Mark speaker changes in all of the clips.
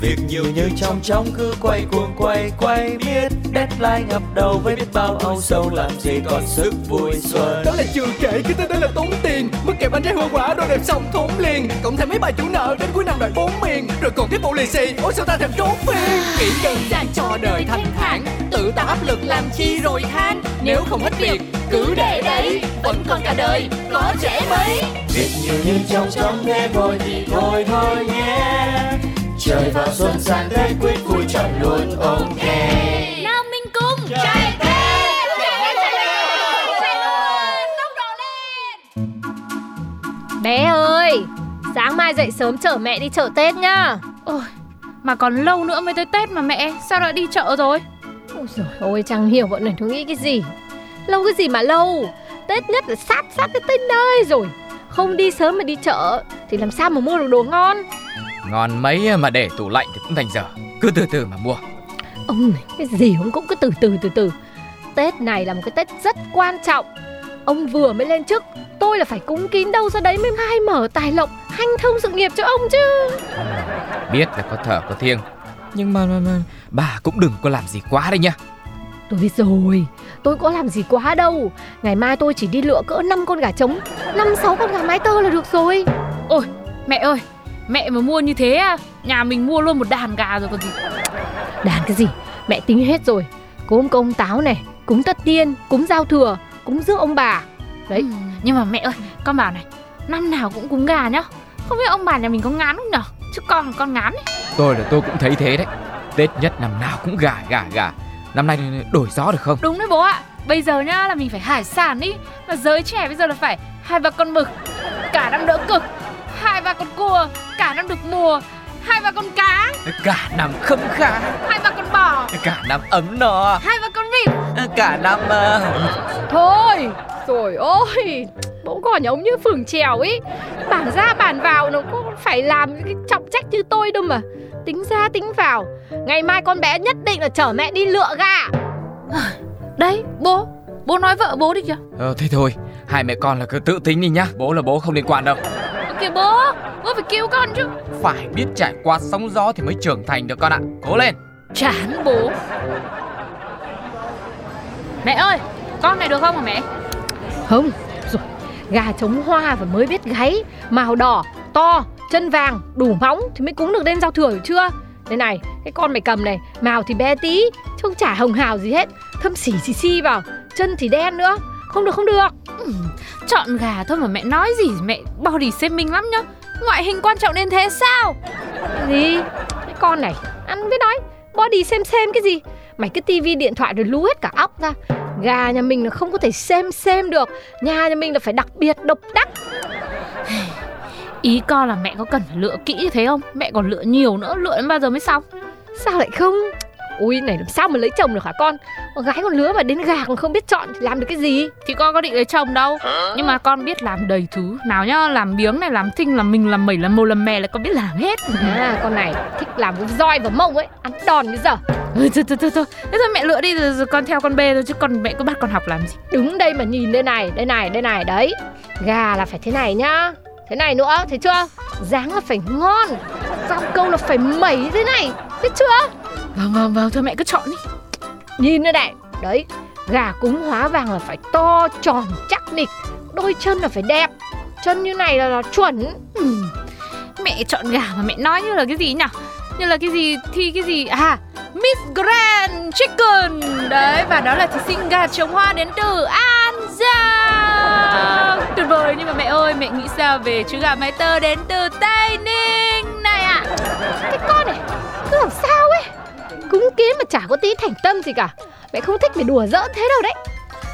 Speaker 1: Việc nhiều như trong trong cứ quay cuồng quay quay biết Deadline ngập đầu với biết bao âu sầu làm gì còn sức vui xuân
Speaker 2: đó là chưa kể cái tên đó là tốn tiền mất kẹp bánh trái hoa quả đồ đẹp xong thốn liền cộng thêm mấy bài chủ nợ đến cuối năm đòi bốn miền rồi còn cái bộ lì xì ôi sao ta thèm trốn phiền nghĩ đơn giản cho đời thanh thản tự ta áp lực làm chi rồi than nếu không hết việc cứ để đấy vẫn còn cả đời có trễ mấy
Speaker 1: Việc nhiều như trong trong thế thôi thì thôi thôi nhé Trời vào xuân sang Tết quyết vui chọn luôn ok
Speaker 3: Nam Minh Cung Chạy Tết
Speaker 4: Bé ơi, sáng mai dậy sớm chở mẹ đi chợ Tết nhá.
Speaker 5: Ôi, mà còn lâu nữa mới tới Tết mà mẹ, sao đã đi chợ rồi?
Speaker 4: Ôi giời ôi, chẳng hiểu bọn này nó nghĩ cái gì. Lâu cái gì mà lâu, Tết nhất là sát sát cái tên nơi rồi. Không đi sớm mà đi chợ thì làm sao mà mua được đồ ngon.
Speaker 6: Ngon mấy mà để tủ lạnh thì cũng thành dở Cứ từ từ mà mua
Speaker 4: Ông này, cái gì ông cũng cứ từ từ từ từ. Tết này là một cái Tết rất quan trọng. Ông vừa mới lên chức, tôi là phải cúng kín đâu ra đấy mới mai mở tài lộc, hanh thông sự nghiệp cho ông chứ.
Speaker 6: Biết là có thở có thiêng Nhưng mà, mà, mà bà cũng đừng có làm gì quá đấy nhá
Speaker 4: Tôi biết rồi, tôi có làm gì quá đâu. Ngày mai tôi chỉ đi lựa cỡ 5 con gà trống, 5 6 con gà mái tơ là được rồi.
Speaker 5: Mẹ ơi, mẹ mà mua như thế à, nhà mình mua luôn một đàn gà rồi còn gì.
Speaker 4: Đàn cái gì, mẹ tính hết rồi. Cúng công táo này, cúng tất niên, cúng giao thừa, cúng rước ông bà. Đấy.
Speaker 5: Nhưng mà mẹ ơi, con bảo này, năm nào cũng cúng gà nhá. Không biết ông bà nhà mình có ngán không nhở? Chứ con là con ngán ấy.
Speaker 6: Tôi là tôi cũng thấy thế đấy Tết nhất năm nào cũng gà gà gà Năm nay đổi gió được không?
Speaker 5: Đúng đấy bố ạ, bây giờ nhá là mình phải hải sản ý. Mà giới trẻ bây giờ là phải hai ba con mực, cả năm đỡ cực. Hai ba con cua, cả năm được mùa. Hai ba con cá,
Speaker 6: Cả năm khấm khá
Speaker 5: hai ba con bò,
Speaker 6: Cả năm ấm no
Speaker 5: hai ba con vịt.
Speaker 6: Cả năm ờ,
Speaker 4: Thôi, rồi ôi, bố còn giống như phường trèo ấy. Bản ra bản vào nó cũng phải làm cái trọng trách như tôi đâu mà. Tính ra tính vào, ngày mai con bé nhất định là chở mẹ đi lựa gà.
Speaker 5: Ờ, Đấy, bố, bố nói vợ bố đi kìa.
Speaker 6: Ờ thế thôi Hai mẹ con là cứ tự tính đi nhá Bố là bố không liên quan đâu
Speaker 5: Ơ Kìa bố, bố phải cứu con chứ.
Speaker 6: Phải biết trải qua sóng gió thì mới trưởng thành được con ạ Cố lên
Speaker 5: Chán bố Mẹ ơi Con này được không hả mẹ
Speaker 4: Không, rồi, gà trống hoa và mới biết gáy, màu đỏ, to, chân vàng, đủ móng thì mới cúng được đến giao thừa hiểu chưa? Đây này, cái con mày cầm này, màu thì bé tí, chứ không chả hồng hào gì hết, thâm xỉ xì xì vào, chân thì đen nữa, không được không được.
Speaker 5: Chọn gà thôi mà mẹ nói gì Mẹ body xem mình lắm nhá Ngoại hình quan trọng đến thế sao
Speaker 4: gì cái con này ăn với nói body xem xem cái gì mày cái tivi điện thoại rồi lú hết cả óc ra gà nhà mình là không có thể xem xem được nhà nhà mình là phải đặc biệt độc đắc
Speaker 5: Ý con là mẹ có cần phải lựa kỹ như thế không Mẹ còn lựa nhiều nữa Lựa đến bao giờ mới xong
Speaker 4: sao lại không ui này làm sao mà lấy chồng được hả con con gái con lứa mà đến gà còn không biết chọn thì làm được cái gì
Speaker 5: Thì con có định lấy chồng đâu Nhưng mà con biết làm đầy thứ Nào nhá làm biếng này làm thinh làm mình làm mẩy làm mồ làm mè là con biết làm hết
Speaker 4: à con này thích làm cái roi và mông ấy ăn đòn bây giờ
Speaker 5: Ừ, Thôi thôi thôi thôi Thế thôi mẹ lựa đi rồi, rồi con theo con bê thôi Chứ con mẹ cứ bắt con học làm gì
Speaker 4: đứng đây mà nhìn đây này đây này đây này đấy gà là phải thế này nhá thế này nữa thấy chưa dáng là phải ngon rau câu là phải mẩy như thế này biết chưa
Speaker 5: Vâng vâng vâng thôi mẹ cứ chọn đi
Speaker 4: Nhìn đây này Đấy Gà cúng hóa vàng là phải to tròn chắc nịch Đôi chân là phải đẹp Chân như này là, là chuẩn
Speaker 5: Ừm, Mẹ chọn gà mà mẹ nói như là cái gì nhỉ? Như là cái gì thi cái gì à Miss Grand Chicken đấy và đó là thí sinh gà trống hoa đến từ An Giang tuyệt vời nhưng mà mẹ ơi mẹ nghĩ sao về chú gà mái tơ đến từ Tây Ninh này ạ
Speaker 4: Cái con này Cứ làm sao ấy Cúng kiến mà chả có tí thành tâm gì cả Mẹ không thích mày đùa giỡn thế đâu đấy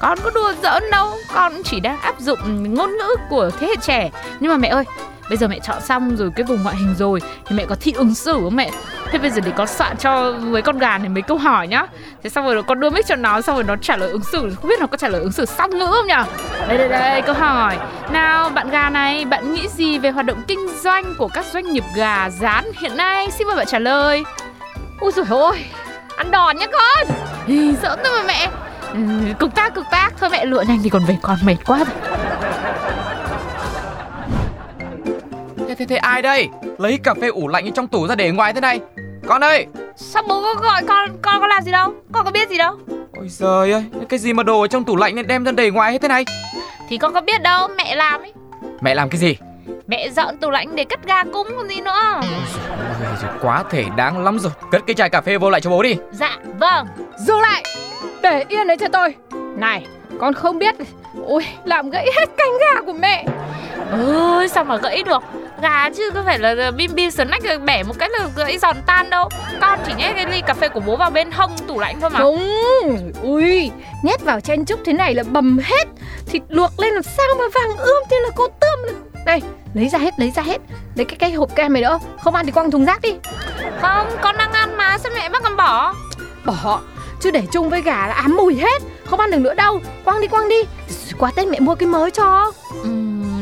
Speaker 5: con có đùa giỡn đâu con cũng chỉ đang áp dụng ngôn ngữ của thế hệ trẻ nhưng mà mẹ ơi bây giờ mẹ chọn xong rồi cái vùng ngoại hình rồi thì mẹ có thị ứng xử không mẹ thế bây giờ để con soạn cho với con gà này mấy câu hỏi nhá thế xong rồi con đưa mic cho nó xong rồi nó trả lời ứng xử không biết nó có trả lời ứng xử song ngữ không nhở đây đây đây câu hỏi nào bạn gà này bạn nghĩ gì về hoạt động kinh doanh của các doanh nghiệp gà rán hiện nay xin mời bạn trả lời
Speaker 4: Ôi dồi ôi
Speaker 5: ăn đòn nhá con Ý, sợ tôi mà mẹ Ừ, Cục tác cục tác thôi mẹ lựa nhanh thì còn về con mệt quá rồi
Speaker 6: Thế thế thế ai đây? Lấy cà phê ủ lạnh trong tủ ra để ngoài thế này. Con ơi!
Speaker 5: Sao bố có gọi con con có làm gì đâu Con có biết gì đâu
Speaker 6: Ôi giời ơi, cái gì mà đồ ở trong tủ lạnh này đem ra để ngoài hết thế này?
Speaker 5: Thì con có biết đâu mẹ làm ấy
Speaker 6: Mẹ làm cái gì?
Speaker 5: Mẹ dọn tủ lạnh để cất gà cúng còn gì nữa
Speaker 6: Ôi giời, quá thể đáng lắm rồi. Cất cái chai cà phê vô lại cho bố đi.
Speaker 5: Dạ vâng
Speaker 4: Dừng lại Để yên đấy cho tôi Này con không biết Ôi làm gãy hết canh gà của mẹ
Speaker 5: Ôi sao mà gãy được Gà chứ có phải là bim bim sờ nách rồi bẻ một cái là gãy giòn tan đâu Con chỉ nhét cái ly cà phê của bố vào bên hông tủ lạnh thôi mà
Speaker 4: Đúng Ui Nhét vào chen chúc thế này là bầm hết Thịt luộc lên làm sao mà vàng ươm thế là cô tươm Đây lấy ra hết lấy ra hết Lấy cái cái hộp kem này nữa Không ăn thì quăng thùng rác đi
Speaker 5: Không Vâng, con đang ăn mà sao mẹ bắt con bỏ
Speaker 4: Bỏ Chứ để chung với gà là ám mùi hết Không ăn được nữa đâu Quăng đi quăng đi Qua Tết mẹ mua cái mới cho
Speaker 5: ừ,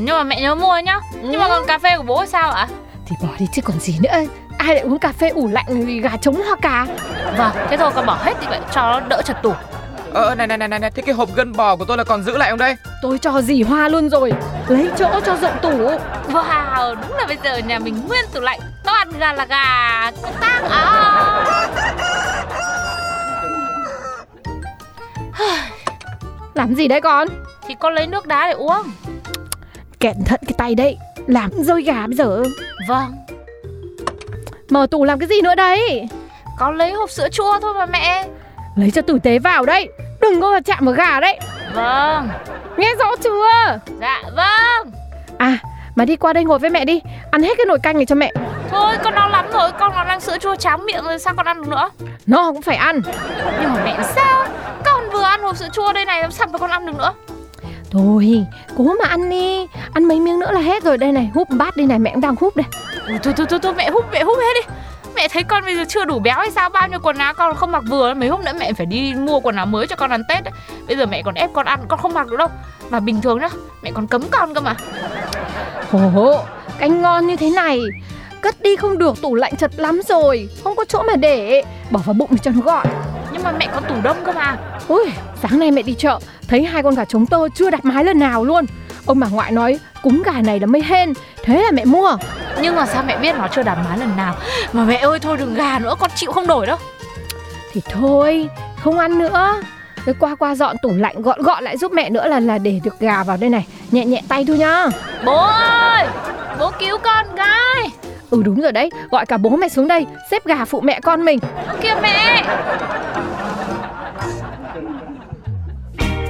Speaker 5: Nhưng mà mẹ nhớ mua nhá Nhưng mà còn cà phê của bố sao ạ
Speaker 4: Thì bỏ đi chứ còn gì nữa Ai lại uống cà phê ủ lạnh vì gà trống hoa cà
Speaker 5: Vâng, thế thôi con bỏ hết thì vậy cho nó đỡ chật tủ
Speaker 6: Ờ, này này này này, này, thế cái hộp gân bò của tôi là còn giữ lại không đây?
Speaker 4: Tôi cho dì hoa luôn rồi Lấy chỗ cho rộng tủ
Speaker 5: Wow, đúng là bây giờ nhà mình nguyên tủ lạnh Toàn gà là gà công tác à.
Speaker 4: Làm gì đấy con
Speaker 5: Thì con lấy nước đá để uống
Speaker 4: Cẩn thận cái tay đấy Làm rơi gà bây giờ
Speaker 5: Vâng,
Speaker 4: Mở tủ làm cái gì nữa đấy
Speaker 5: con lấy hộp sữa chua thôi mà mẹ
Speaker 4: Lấy cho tử tế vào đấy Đừng có mà chạm vào gà đấy
Speaker 5: Vâng,
Speaker 4: Nghe rõ chưa
Speaker 5: dạ vâng
Speaker 4: À mà đi qua đây ngồi với mẹ đi Ăn hết cái nồi canh này cho mẹ
Speaker 5: Thôi con đau lắm rồi, con còn đang sữa chua chám miệng rồi sao con ăn được nữa
Speaker 4: Nó cũng phải ăn
Speaker 5: Nhưng mà mẹ sao Con vừa ăn hộp sữa chua đây này làm sao mà con ăn được nữa
Speaker 4: Thôi cố mà ăn đi Ăn mấy miếng nữa là hết rồi Đây này húp bát đây này mẹ cũng đang húp đây
Speaker 5: Ui, thôi, thôi thôi thôi mẹ húp mẹ húp hết đi Mẹ thấy con bây giờ chưa đủ béo hay sao Bao nhiêu quần áo con không mặc vừa Mấy hôm nữa mẹ phải đi mua quần áo mới cho con ăn Tết đấy. Bây giờ mẹ còn ép con ăn con không mặc được đâu Mà bình thường đó mẹ còn cấm con cơ mà
Speaker 4: Ồ canh ngon như thế này Cất đi không được tủ lạnh chật lắm rồi Không có chỗ mà để Bỏ vào bụng để cho nó gọn
Speaker 5: Nhưng mà mẹ còn tủ đông cơ mà
Speaker 4: Ui, sáng nay mẹ đi chợ Thấy hai con gà trống tơ chưa đặt mái lần nào luôn Ông bà ngoại nói cúng gà này là mây hên Thế là mẹ mua
Speaker 5: Nhưng mà sao mẹ biết nó chưa đảm má lần nào Mà mẹ ơi thôi đừng gà nữa con chịu không đổi đâu
Speaker 4: Thì thôi, không ăn nữa Rồi qua qua dọn tủ lạnh gọn gọn lại giúp mẹ nữa là là để được gà vào đây này Nhẹ nhẹ tay thôi nhá
Speaker 5: Bố ơi Bố cứu con gái
Speaker 4: Ừ đúng rồi đấy, gọi cả bố mày xuống đây Xếp gà phụ mẹ con mình
Speaker 5: Kìa mẹ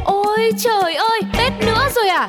Speaker 7: Ôi trời ơi, Tết nữa rồi à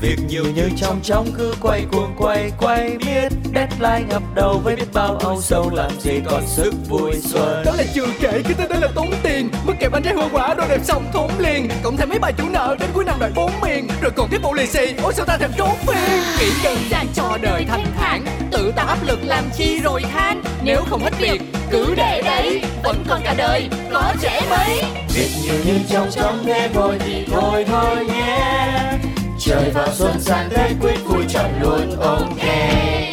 Speaker 1: Việc nhiều như trong trong cứ quay cuồng quay quay Biết deadline ngập đầu với biết bao âu sầu Làm gì còn sức vui xuân
Speaker 2: Đó là chưa kể cái tên đó là tốn tiền Mất kẹp anh trai hoa quả đôi đẹp xong thốn liền Cộng thêm mấy bài chủ nợ đến cuối năm đòi bốn miền Rồi còn cái bộ lì xì ôi sao ta thèm trốn phiền Nghĩ đơn giản cho đời thanh thản Tự tạo áp lực làm chi rồi than Nếu không hết việc cứ để đấy Vẫn còn cả đời có trẻ mấy
Speaker 1: Việc nhiều như trong trong thế vội thì thôi thôi nhé Trời vào xuân sang Tết quyết vui chọn luôn ok